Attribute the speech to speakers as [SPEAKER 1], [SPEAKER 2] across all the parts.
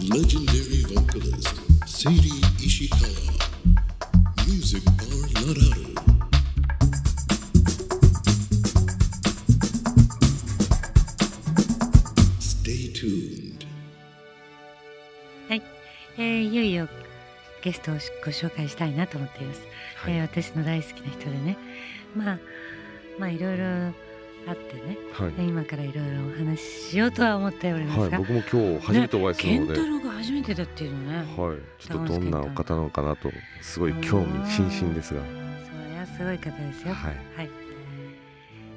[SPEAKER 1] legendary vocalist Sadie Ishikawa. Music Bar Lararo. Stay tuned.
[SPEAKER 2] はい、えーいよいよゲストをご紹介したいなと思っています、
[SPEAKER 3] はい
[SPEAKER 2] えー私の大好きな人でねまあまあいろいろあってね
[SPEAKER 3] はい。
[SPEAKER 2] 今からいろいろお話ししようとは思っております
[SPEAKER 3] はい、
[SPEAKER 2] が、
[SPEAKER 3] 僕も今日初めてお会いす
[SPEAKER 2] ね健
[SPEAKER 3] るので、はい、
[SPEAKER 2] 太郎が初めてだっていうのね、
[SPEAKER 3] ちょっとどんなお方なのかなとすごい興味津々ですが、
[SPEAKER 2] それはすごい方ですよ
[SPEAKER 3] はい、
[SPEAKER 2] はい、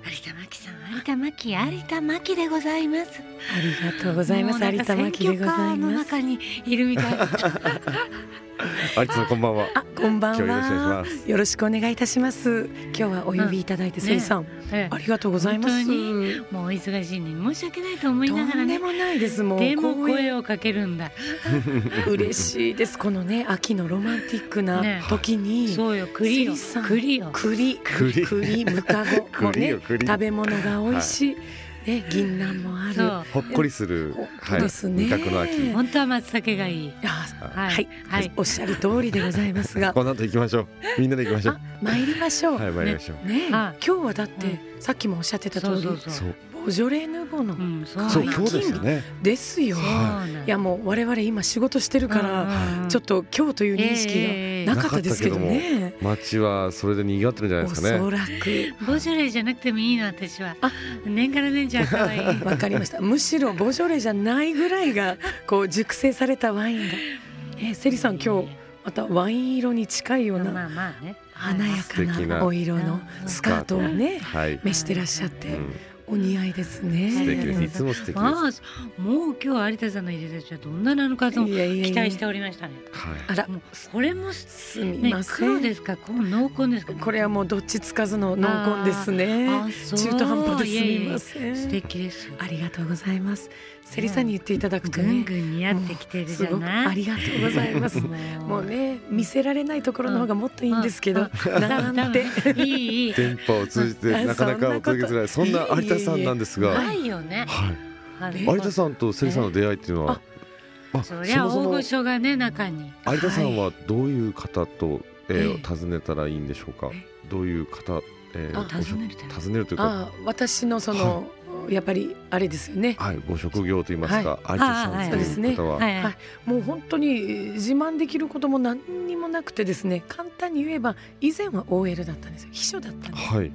[SPEAKER 2] 有田真希さん有田真希有田真希でございます
[SPEAKER 4] ありがとうございま
[SPEAKER 2] もう
[SPEAKER 4] す。
[SPEAKER 2] なん
[SPEAKER 4] 有
[SPEAKER 2] か
[SPEAKER 4] 田真希でござ
[SPEAKER 2] 選
[SPEAKER 4] い
[SPEAKER 2] 挙カーの
[SPEAKER 4] ます。
[SPEAKER 2] 中にいるみ たいな
[SPEAKER 3] 有田さんこんばんは。
[SPEAKER 4] あ、こんば
[SPEAKER 3] 今
[SPEAKER 4] ん
[SPEAKER 3] 日よろしくお
[SPEAKER 4] は。
[SPEAKER 3] 願いします。
[SPEAKER 4] よろしくお願いいたします。今日はお呼びいただいて、
[SPEAKER 2] うん
[SPEAKER 4] せいさん、
[SPEAKER 2] ええ
[SPEAKER 4] ありがとうございます。
[SPEAKER 2] 本
[SPEAKER 4] と
[SPEAKER 2] もうお忙しいのに申し訳ないと思いながら
[SPEAKER 4] んで
[SPEAKER 2] ね
[SPEAKER 4] もないです。もう
[SPEAKER 2] でも
[SPEAKER 4] こういう
[SPEAKER 2] 声をかけるんだ
[SPEAKER 4] 嬉しいです。このね、秋のロマンティックな
[SPEAKER 2] ね
[SPEAKER 4] 時に。
[SPEAKER 2] そうよ栗よ
[SPEAKER 4] セリさん
[SPEAKER 2] 栗よ
[SPEAKER 4] 栗、
[SPEAKER 3] 栗
[SPEAKER 4] 栗、むかご、も う
[SPEAKER 3] 栗
[SPEAKER 4] ね
[SPEAKER 3] よ、栗
[SPEAKER 4] 食べ物が美味しい。ね、銀杏もある。
[SPEAKER 2] そ
[SPEAKER 4] あ
[SPEAKER 2] う
[SPEAKER 3] ほっこりする、
[SPEAKER 4] 本当
[SPEAKER 3] はい、
[SPEAKER 4] ですね
[SPEAKER 3] 味覚の秋。
[SPEAKER 2] 本当は松茸がいい
[SPEAKER 3] は
[SPEAKER 2] はい
[SPEAKER 4] は
[SPEAKER 2] はい
[SPEAKER 4] い、おっしゃる通りでございま すが。
[SPEAKER 3] この後行きましょう。みんなで行きましょ
[SPEAKER 4] あ
[SPEAKER 3] う。、
[SPEAKER 4] 参りましょう。
[SPEAKER 3] はい、参りましょう。
[SPEAKER 4] ねえ、
[SPEAKER 2] は
[SPEAKER 4] 今
[SPEAKER 2] い
[SPEAKER 4] 日はだって、さっきもおっしゃってた
[SPEAKER 2] そう
[SPEAKER 4] 通り
[SPEAKER 2] そうそう
[SPEAKER 3] そう、
[SPEAKER 4] ボジョレ・ヌーボーの
[SPEAKER 2] うんそう
[SPEAKER 3] そう、
[SPEAKER 4] あ
[SPEAKER 3] 今日ですよね。
[SPEAKER 4] ですよ、
[SPEAKER 2] そう
[SPEAKER 3] は
[SPEAKER 2] なんだ
[SPEAKER 4] いやもう我々今仕事してるから、ちょっと今日という認識がなかったですけど
[SPEAKER 3] えええ
[SPEAKER 4] ね、
[SPEAKER 3] 街はそれで賑わってるんじゃないで
[SPEAKER 4] お
[SPEAKER 3] すか
[SPEAKER 4] そ
[SPEAKER 3] ね。
[SPEAKER 4] らく
[SPEAKER 2] ボジョレーじゃなくてもいいの私は
[SPEAKER 4] あ
[SPEAKER 2] 年から年中可愛い
[SPEAKER 4] わかりましたむしろボジョレじゃないぐらいがこう熟成されたワインがえ セリさん今日またワイン色に近いよう
[SPEAKER 2] ま
[SPEAKER 4] な
[SPEAKER 2] あまあね
[SPEAKER 4] 華やか
[SPEAKER 3] 素敵
[SPEAKER 4] な
[SPEAKER 3] な
[SPEAKER 4] お色のスカートをね
[SPEAKER 3] はい、
[SPEAKER 4] 召してらっしゃって
[SPEAKER 3] うん、
[SPEAKER 4] お似合いです
[SPEAKER 3] 素敵です。
[SPEAKER 4] ね
[SPEAKER 3] いつも素敵です。
[SPEAKER 2] まあもう今日有田さんの入れたちはどんななのかと
[SPEAKER 4] いやいやいや
[SPEAKER 2] 期待しておりましたね
[SPEAKER 3] はい、
[SPEAKER 4] あら
[SPEAKER 2] もうこれも
[SPEAKER 4] すみ
[SPEAKER 2] ね
[SPEAKER 4] ませ
[SPEAKER 2] 黒
[SPEAKER 4] ん、
[SPEAKER 2] ですかこう濃厚ですか
[SPEAKER 4] これはもうどっちつかずの濃厚ですね
[SPEAKER 2] あそう
[SPEAKER 4] 中途半端です
[SPEAKER 2] いやいや
[SPEAKER 4] み
[SPEAKER 2] いや
[SPEAKER 4] ません
[SPEAKER 2] 素敵です
[SPEAKER 4] ありがとうございます。セリさんに言っていただくと
[SPEAKER 2] ぐ
[SPEAKER 4] ね、
[SPEAKER 2] んぐん似合ってきてるじ
[SPEAKER 4] す
[SPEAKER 2] ゃ
[SPEAKER 4] ごく
[SPEAKER 2] な
[SPEAKER 4] あ
[SPEAKER 2] い
[SPEAKER 4] りがとうござ います。もうね、見せられないところの方がもっといいんですけど、 なんて。
[SPEAKER 2] いいいい
[SPEAKER 3] 電波を通 じて
[SPEAKER 4] あ
[SPEAKER 3] なかなかお届けづらいそ
[SPEAKER 4] そ
[SPEAKER 3] ん
[SPEAKER 4] んな
[SPEAKER 3] な
[SPEAKER 4] こと
[SPEAKER 3] 有田さんなんですが、
[SPEAKER 2] ないよね
[SPEAKER 3] はい、
[SPEAKER 2] あの
[SPEAKER 3] 有田さんとセリさんの出会いっていうのは、あ
[SPEAKER 2] そりゃ大御所がね中に
[SPEAKER 3] 有田さんはどういう方と、え
[SPEAKER 4] ええ
[SPEAKER 3] ー、尋ねたらいいんでしょうか
[SPEAKER 4] え。
[SPEAKER 3] どういう方、えー、
[SPEAKER 4] あ
[SPEAKER 3] ご
[SPEAKER 2] 尋ねるって
[SPEAKER 3] 尋ねるというか、
[SPEAKER 4] ああ、私のその、やっぱりあれですよね。
[SPEAKER 3] はい、ご職業と言いますか、有田
[SPEAKER 2] は
[SPEAKER 3] さ
[SPEAKER 2] い
[SPEAKER 3] んという方は、
[SPEAKER 2] はいは
[SPEAKER 4] はいいもう本当に自慢できることも何にもなくてですね、簡単に言えば以前は OL だったんですよ。秘書だったんです。
[SPEAKER 3] はい、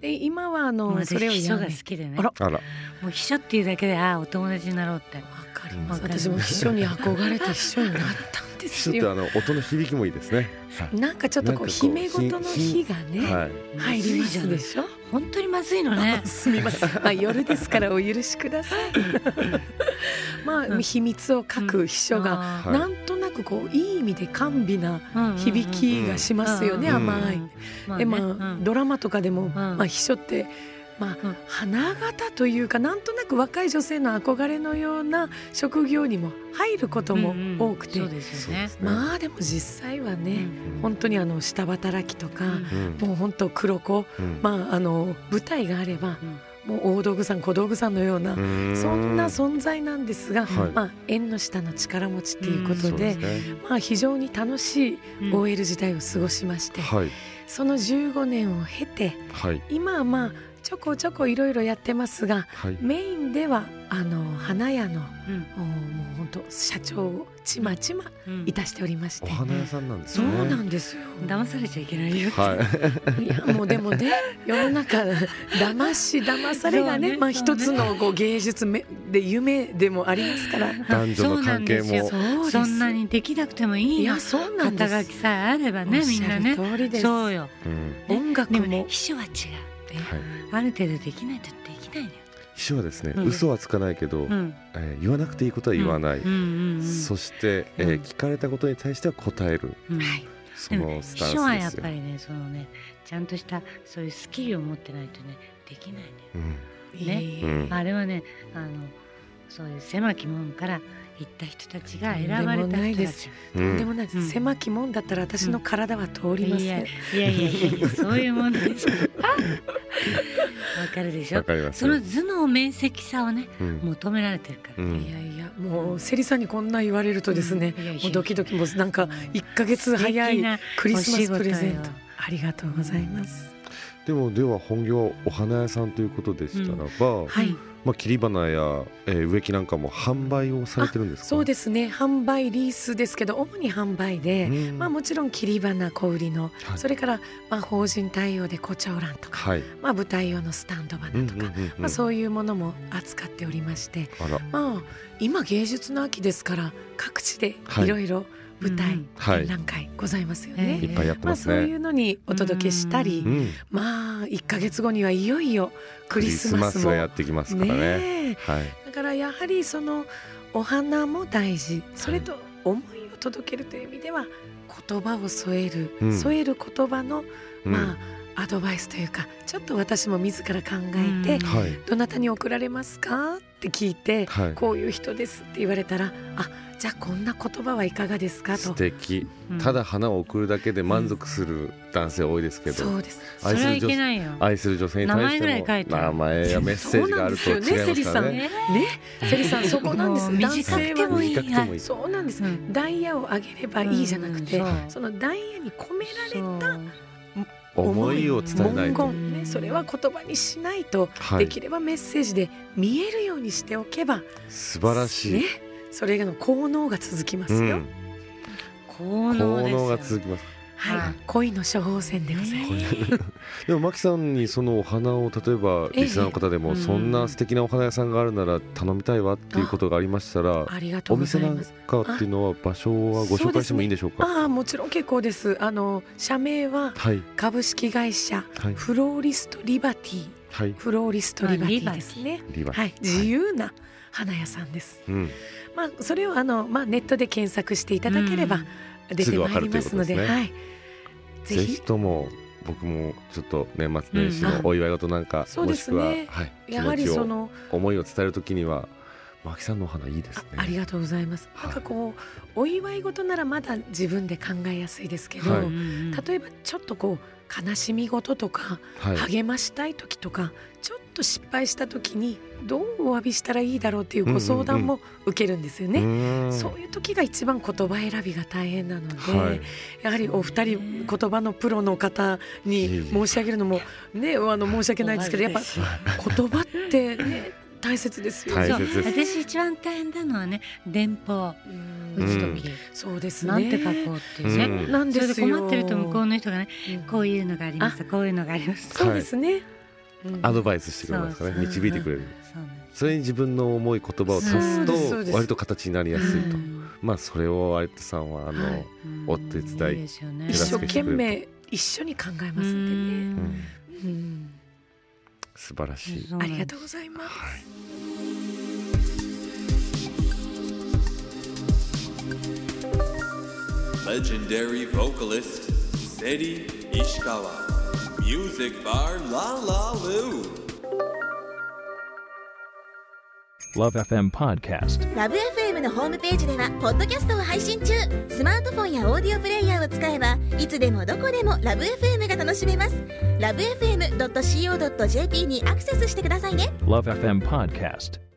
[SPEAKER 4] で今はあのそ
[SPEAKER 2] そ
[SPEAKER 4] れ
[SPEAKER 2] れ
[SPEAKER 4] を
[SPEAKER 2] 秘
[SPEAKER 4] や
[SPEAKER 2] 書が
[SPEAKER 4] め
[SPEAKER 2] 好
[SPEAKER 4] わ
[SPEAKER 2] きでね
[SPEAKER 4] あら
[SPEAKER 3] あら、
[SPEAKER 2] もう秘書っていうだけでああお友達になろうって
[SPEAKER 4] かり
[SPEAKER 3] ます
[SPEAKER 4] 私も秘書に憧れて秘書になったんで
[SPEAKER 3] ちょ
[SPEAKER 4] す
[SPEAKER 3] っと
[SPEAKER 4] よ。
[SPEAKER 3] あの音の響きもいいですね。はい
[SPEAKER 4] なんかちょっとこ
[SPEAKER 3] な
[SPEAKER 4] う
[SPEAKER 3] んかこう
[SPEAKER 4] 姫事の日がね。
[SPEAKER 3] はい、
[SPEAKER 4] 入りますでしょ。
[SPEAKER 2] 本当にまずいのね
[SPEAKER 4] すみませ ん。まあ夜ですからお許しください。ま
[SPEAKER 2] う
[SPEAKER 4] あ
[SPEAKER 2] ん
[SPEAKER 4] 秘密を書く秘書が
[SPEAKER 3] うん
[SPEAKER 4] なんとなくこういい意味で甘美な
[SPEAKER 2] うん
[SPEAKER 4] 響きがしますよね。
[SPEAKER 3] うんうん
[SPEAKER 4] 甘い。でまあドラマとかでもまあ秘書って。ま
[SPEAKER 2] うん
[SPEAKER 4] あ、花形というかなんとなく若い女性の憧れのような職業にも入ることも多くて、
[SPEAKER 2] そうです
[SPEAKER 3] そ
[SPEAKER 2] よ
[SPEAKER 3] うで
[SPEAKER 2] ね
[SPEAKER 3] すね。
[SPEAKER 4] まあでも実際は
[SPEAKER 2] う
[SPEAKER 4] ね、
[SPEAKER 2] ん
[SPEAKER 4] 本当にあの下働きとか、
[SPEAKER 3] うん、
[SPEAKER 4] もう本当黒子
[SPEAKER 3] うん、
[SPEAKER 4] まあ、あの舞台があればもう大道具さん小道具さんのような、
[SPEAKER 3] うー
[SPEAKER 4] そんな存在なんですが、
[SPEAKER 3] はい
[SPEAKER 4] まあ、縁の下の力持ちっていうこ
[SPEAKER 3] そ
[SPEAKER 4] と
[SPEAKER 3] う
[SPEAKER 4] で,、
[SPEAKER 3] ですね。
[SPEAKER 4] まあ、非常に楽しい
[SPEAKER 2] うん
[SPEAKER 4] OL 時代を過ごしまして、
[SPEAKER 3] はい、
[SPEAKER 4] その15年を経て
[SPEAKER 3] はい、
[SPEAKER 4] 今はまあちょこちょこいろいろやってますが
[SPEAKER 3] はい、
[SPEAKER 4] メインではあの花屋の
[SPEAKER 2] うん
[SPEAKER 4] おもう本当社長をちまちま
[SPEAKER 2] うん
[SPEAKER 4] いたしておりまし
[SPEAKER 3] お
[SPEAKER 4] て。
[SPEAKER 3] 花屋さんなんです
[SPEAKER 4] そ
[SPEAKER 3] ね。
[SPEAKER 4] うなんですよ。
[SPEAKER 2] 騙されちゃいけないよ
[SPEAKER 3] はい。
[SPEAKER 4] いやもうでもね世の中騙し騙されが
[SPEAKER 2] そ
[SPEAKER 4] ね
[SPEAKER 2] うね
[SPEAKER 4] まあ
[SPEAKER 2] そうね
[SPEAKER 4] 一つのこう芸術めで夢でもありますから
[SPEAKER 3] 男女の関係も
[SPEAKER 2] そうなんですよ
[SPEAKER 4] うです
[SPEAKER 2] そんなにできなくてもい
[SPEAKER 4] い
[SPEAKER 2] いよ
[SPEAKER 4] やそうなんで
[SPEAKER 2] 肩
[SPEAKER 4] す
[SPEAKER 2] 書きさえあればね
[SPEAKER 4] おっ
[SPEAKER 2] み
[SPEAKER 4] し
[SPEAKER 2] ん
[SPEAKER 4] ゃ
[SPEAKER 2] な
[SPEAKER 4] る
[SPEAKER 2] ね
[SPEAKER 4] 通りです
[SPEAKER 2] そうよ
[SPEAKER 3] うん、
[SPEAKER 4] 音楽
[SPEAKER 2] でもね
[SPEAKER 4] も
[SPEAKER 2] 秘書は違う
[SPEAKER 3] はい。
[SPEAKER 2] ある程度できないとできないのよ
[SPEAKER 3] 秘書はですね、
[SPEAKER 2] うん
[SPEAKER 3] 嘘はつかないけど、
[SPEAKER 2] うん
[SPEAKER 3] えー言わなくていいことは言わない、
[SPEAKER 2] うんうんうん
[SPEAKER 3] そして、えー
[SPEAKER 2] うん
[SPEAKER 3] 聞かれたことに対しては答える
[SPEAKER 2] うん
[SPEAKER 4] はい
[SPEAKER 3] そ
[SPEAKER 2] でも
[SPEAKER 3] の
[SPEAKER 2] ね
[SPEAKER 3] ス
[SPEAKER 2] 秘書
[SPEAKER 3] タ
[SPEAKER 2] は
[SPEAKER 3] ン
[SPEAKER 2] やっ
[SPEAKER 3] スですよ
[SPEAKER 2] ぱ、りねそのねちゃんとしたそういうスキルを持ってないとねできないのよ
[SPEAKER 3] うん
[SPEAKER 2] ね
[SPEAKER 3] うん
[SPEAKER 2] あれはねあのそういう狭き門から行った人たちが選ばれた人たち
[SPEAKER 4] とんでもないです
[SPEAKER 3] う
[SPEAKER 4] とんでも
[SPEAKER 3] ん、
[SPEAKER 4] ないです、
[SPEAKER 2] うん
[SPEAKER 4] 狭き門だったら私の体は通りま
[SPEAKER 2] い
[SPEAKER 4] せ
[SPEAKER 2] や
[SPEAKER 4] ん、
[SPEAKER 2] いやいやいやそういうもんで しょわかるでし
[SPEAKER 3] わ
[SPEAKER 2] ょ
[SPEAKER 3] かります
[SPEAKER 2] そ
[SPEAKER 3] よ
[SPEAKER 2] の頭脳面積さをね
[SPEAKER 3] うん
[SPEAKER 2] 求められてるから、
[SPEAKER 3] う
[SPEAKER 4] い
[SPEAKER 3] ん
[SPEAKER 4] やいやもうセリさんにこんな言われるとですね、
[SPEAKER 2] うんいやいや
[SPEAKER 4] もうドキドキもうなんか1ヶ月早いクリスマスプレゼン
[SPEAKER 2] お仕事
[SPEAKER 4] ト
[SPEAKER 2] よ
[SPEAKER 4] ありがとうございます、
[SPEAKER 3] でもでは本業はお花屋さんということでしたらば、
[SPEAKER 4] はい
[SPEAKER 3] まあ、切り花や、えー植木なんかも販売をされてるんですか
[SPEAKER 4] そう
[SPEAKER 3] で
[SPEAKER 4] ですね販売リースですけど主に販売で、まあ、もちろん切り花小売りの、
[SPEAKER 3] はい
[SPEAKER 4] それからまあ法人対応で胡蝶蘭とか、
[SPEAKER 3] はい、
[SPEAKER 4] まあ、舞台用のスタンド花とか、
[SPEAKER 3] うんうんうんうん
[SPEAKER 4] まあ、そういうものも扱っておりまして、
[SPEAKER 3] あら
[SPEAKER 4] まあ、今芸術の秋ですから各地で
[SPEAKER 3] はい
[SPEAKER 4] いろいろ舞台、
[SPEAKER 2] うん
[SPEAKER 3] はい
[SPEAKER 4] 展覧会ございますよ
[SPEAKER 2] え
[SPEAKER 4] ね。
[SPEAKER 2] え
[SPEAKER 3] いっぱいやって
[SPEAKER 4] ま
[SPEAKER 3] ま
[SPEAKER 4] あ、
[SPEAKER 3] す
[SPEAKER 4] そう
[SPEAKER 3] ね、
[SPEAKER 4] いうのにお届けしたり、
[SPEAKER 3] うん、
[SPEAKER 4] まあ1か月後にはいよいよク
[SPEAKER 3] ク
[SPEAKER 4] リ
[SPEAKER 3] リ
[SPEAKER 4] ス
[SPEAKER 3] ス
[SPEAKER 4] マ
[SPEAKER 3] マ
[SPEAKER 4] ス
[SPEAKER 3] ス
[SPEAKER 4] も
[SPEAKER 3] がやってきますからね
[SPEAKER 4] ねえ
[SPEAKER 3] はい
[SPEAKER 4] だからやはりそのお花も大事それと思いを届けるという意味では言葉を添える、
[SPEAKER 3] うん
[SPEAKER 4] 添える言葉の、
[SPEAKER 3] うん
[SPEAKER 4] まあアドバイスというかちょっと私も自ら考え
[SPEAKER 2] うん
[SPEAKER 4] て「
[SPEAKER 3] はい
[SPEAKER 4] どなたに送られますか?」って聞いて
[SPEAKER 3] はい
[SPEAKER 4] 「こういう人です」って言われたら「あじゃあこんな言葉はいかがですか?」
[SPEAKER 3] 素
[SPEAKER 4] と。
[SPEAKER 3] 敵
[SPEAKER 2] うん
[SPEAKER 3] ただ花を贈るだけで満足する男性多いですけど、
[SPEAKER 4] そうです
[SPEAKER 2] それはいけないよ
[SPEAKER 3] 愛する女性に対しても
[SPEAKER 2] 名前ぐらい書いてある
[SPEAKER 3] 名前やメッセージがあると違いますからね
[SPEAKER 2] ね
[SPEAKER 4] ね、セリさん、そこなんです。
[SPEAKER 2] もう
[SPEAKER 4] 男
[SPEAKER 2] 短
[SPEAKER 4] 性
[SPEAKER 2] くて
[SPEAKER 4] は
[SPEAKER 2] もいい
[SPEAKER 3] 短くてもいい
[SPEAKER 4] そうなんです。
[SPEAKER 2] うん
[SPEAKER 4] ダイヤをあげればいいじゃなくて、
[SPEAKER 2] うんうん
[SPEAKER 4] そのダイヤに込められた
[SPEAKER 3] 思いを伝えない
[SPEAKER 4] 文
[SPEAKER 3] と、
[SPEAKER 4] 言ね、それは言葉にしないと、
[SPEAKER 3] は
[SPEAKER 4] で
[SPEAKER 3] い、
[SPEAKER 4] きればメッセージで見えるようにしておけば、
[SPEAKER 3] 素晴らしい、
[SPEAKER 4] ね、それの効能が続きま
[SPEAKER 3] う
[SPEAKER 4] すよ。
[SPEAKER 3] ん、
[SPEAKER 2] 効
[SPEAKER 3] 効
[SPEAKER 2] 能ですよ
[SPEAKER 3] 能が続きます
[SPEAKER 4] はい、
[SPEAKER 2] はい
[SPEAKER 4] 恋の処方箋でございます。
[SPEAKER 3] でもマキさんにそのお花を例えば
[SPEAKER 4] ええ
[SPEAKER 3] リスナーの方で
[SPEAKER 2] うん
[SPEAKER 3] もそんな素敵なお花屋さんがあるなら頼みたいわっていうことがありましたら
[SPEAKER 4] ありがと
[SPEAKER 3] お
[SPEAKER 4] うござ
[SPEAKER 3] 店
[SPEAKER 4] い
[SPEAKER 3] な
[SPEAKER 4] ま
[SPEAKER 3] ん
[SPEAKER 4] す。
[SPEAKER 3] かっていうのは場所はご紹介してもいいんでしょうか
[SPEAKER 4] ああ、もちろん結構です。あの社名は
[SPEAKER 3] はい
[SPEAKER 4] 株式会社
[SPEAKER 3] はい
[SPEAKER 4] フローリストリバティ、
[SPEAKER 3] はい
[SPEAKER 4] フローリストリバテ
[SPEAKER 2] あリバテ
[SPEAKER 4] ィ
[SPEAKER 2] ィ
[SPEAKER 4] ですね。
[SPEAKER 3] リバ
[SPEAKER 4] はい、自由な花屋さんです。
[SPEAKER 3] うん
[SPEAKER 4] まあ、それをあの、まあ、ネットで検索していただければ出てまいりますの
[SPEAKER 3] す
[SPEAKER 4] で、
[SPEAKER 3] ぐわか
[SPEAKER 4] は
[SPEAKER 3] る
[SPEAKER 4] い、ぜ
[SPEAKER 3] ぜひ
[SPEAKER 4] ひ
[SPEAKER 3] とも僕もちょっと年末年始のお祝い事なんか、
[SPEAKER 4] うんあ
[SPEAKER 3] もしくは、
[SPEAKER 4] そうですね
[SPEAKER 3] はい、気
[SPEAKER 4] やは
[SPEAKER 3] 持
[SPEAKER 4] り
[SPEAKER 3] ち
[SPEAKER 4] そ
[SPEAKER 3] を
[SPEAKER 4] の
[SPEAKER 3] 思いを伝えるときにはマキさんのお花いいです
[SPEAKER 4] あ
[SPEAKER 3] ね
[SPEAKER 4] ありがとうございます、
[SPEAKER 3] はい
[SPEAKER 4] なんかこうお祝い事ならまだ自分で考えやすいですけど、
[SPEAKER 3] はい
[SPEAKER 4] 例えばちょっとこう悲しみ事とか
[SPEAKER 3] はい、
[SPEAKER 4] 励ましたい時とかちょっと失敗した時にどうお詫びしたらいいだろうっていうご相談も受けるんですよね。
[SPEAKER 3] うーん
[SPEAKER 4] そういう時が一番言葉選びが大変なので、
[SPEAKER 3] はい
[SPEAKER 4] やはりお二人言葉のプロの方に申し上げるのもねあの申し訳ないですけどやっぱ言葉ってね大切ですよ
[SPEAKER 3] 大
[SPEAKER 4] ね。
[SPEAKER 2] そう
[SPEAKER 3] 切です
[SPEAKER 2] 私一番大変なのはね電報
[SPEAKER 4] うん
[SPEAKER 2] 打つ時、
[SPEAKER 4] そうですね。
[SPEAKER 2] なんて書こうっていうね、
[SPEAKER 3] うん
[SPEAKER 4] なん
[SPEAKER 2] そ
[SPEAKER 4] で
[SPEAKER 2] れです
[SPEAKER 4] よ。
[SPEAKER 2] 困ってると向こうの人がね
[SPEAKER 4] うん
[SPEAKER 2] こういうのがありますこういうのがあります
[SPEAKER 4] そうですね。うん
[SPEAKER 3] アドバイスしてくれますから
[SPEAKER 2] そう
[SPEAKER 3] ね
[SPEAKER 2] そう
[SPEAKER 3] 導いてくれる
[SPEAKER 2] そうなんです
[SPEAKER 3] それに自分の思い言葉を足
[SPEAKER 4] そうですそう
[SPEAKER 3] す
[SPEAKER 4] で
[SPEAKER 3] と
[SPEAKER 4] す
[SPEAKER 3] 割と形になりやすいと、まあそれを有田さんはあの、
[SPEAKER 4] はい
[SPEAKER 2] うん
[SPEAKER 3] お手伝い
[SPEAKER 2] いですよね
[SPEAKER 4] 一生
[SPEAKER 3] 助けして
[SPEAKER 4] 懸
[SPEAKER 3] くれると
[SPEAKER 4] 命一緒に考えます
[SPEAKER 2] うん
[SPEAKER 4] でね。
[SPEAKER 3] うん、
[SPEAKER 4] うん
[SPEAKER 3] 素晴らしい、
[SPEAKER 4] ありがとうございます。
[SPEAKER 3] はい、
[SPEAKER 5] legendary vocalist Seri Ishikawa. Music bar La La Lu.
[SPEAKER 6] Love FM Podcast.
[SPEAKER 7] ラブ f m のホームページではポッドキャストを配信中スマートフォンやオーディオプレイヤーを使えばいつでもどこでもラブ f m が楽しめますラブ FM.co.jp にアクセスしてくださいね
[SPEAKER 6] Love FM Podcast.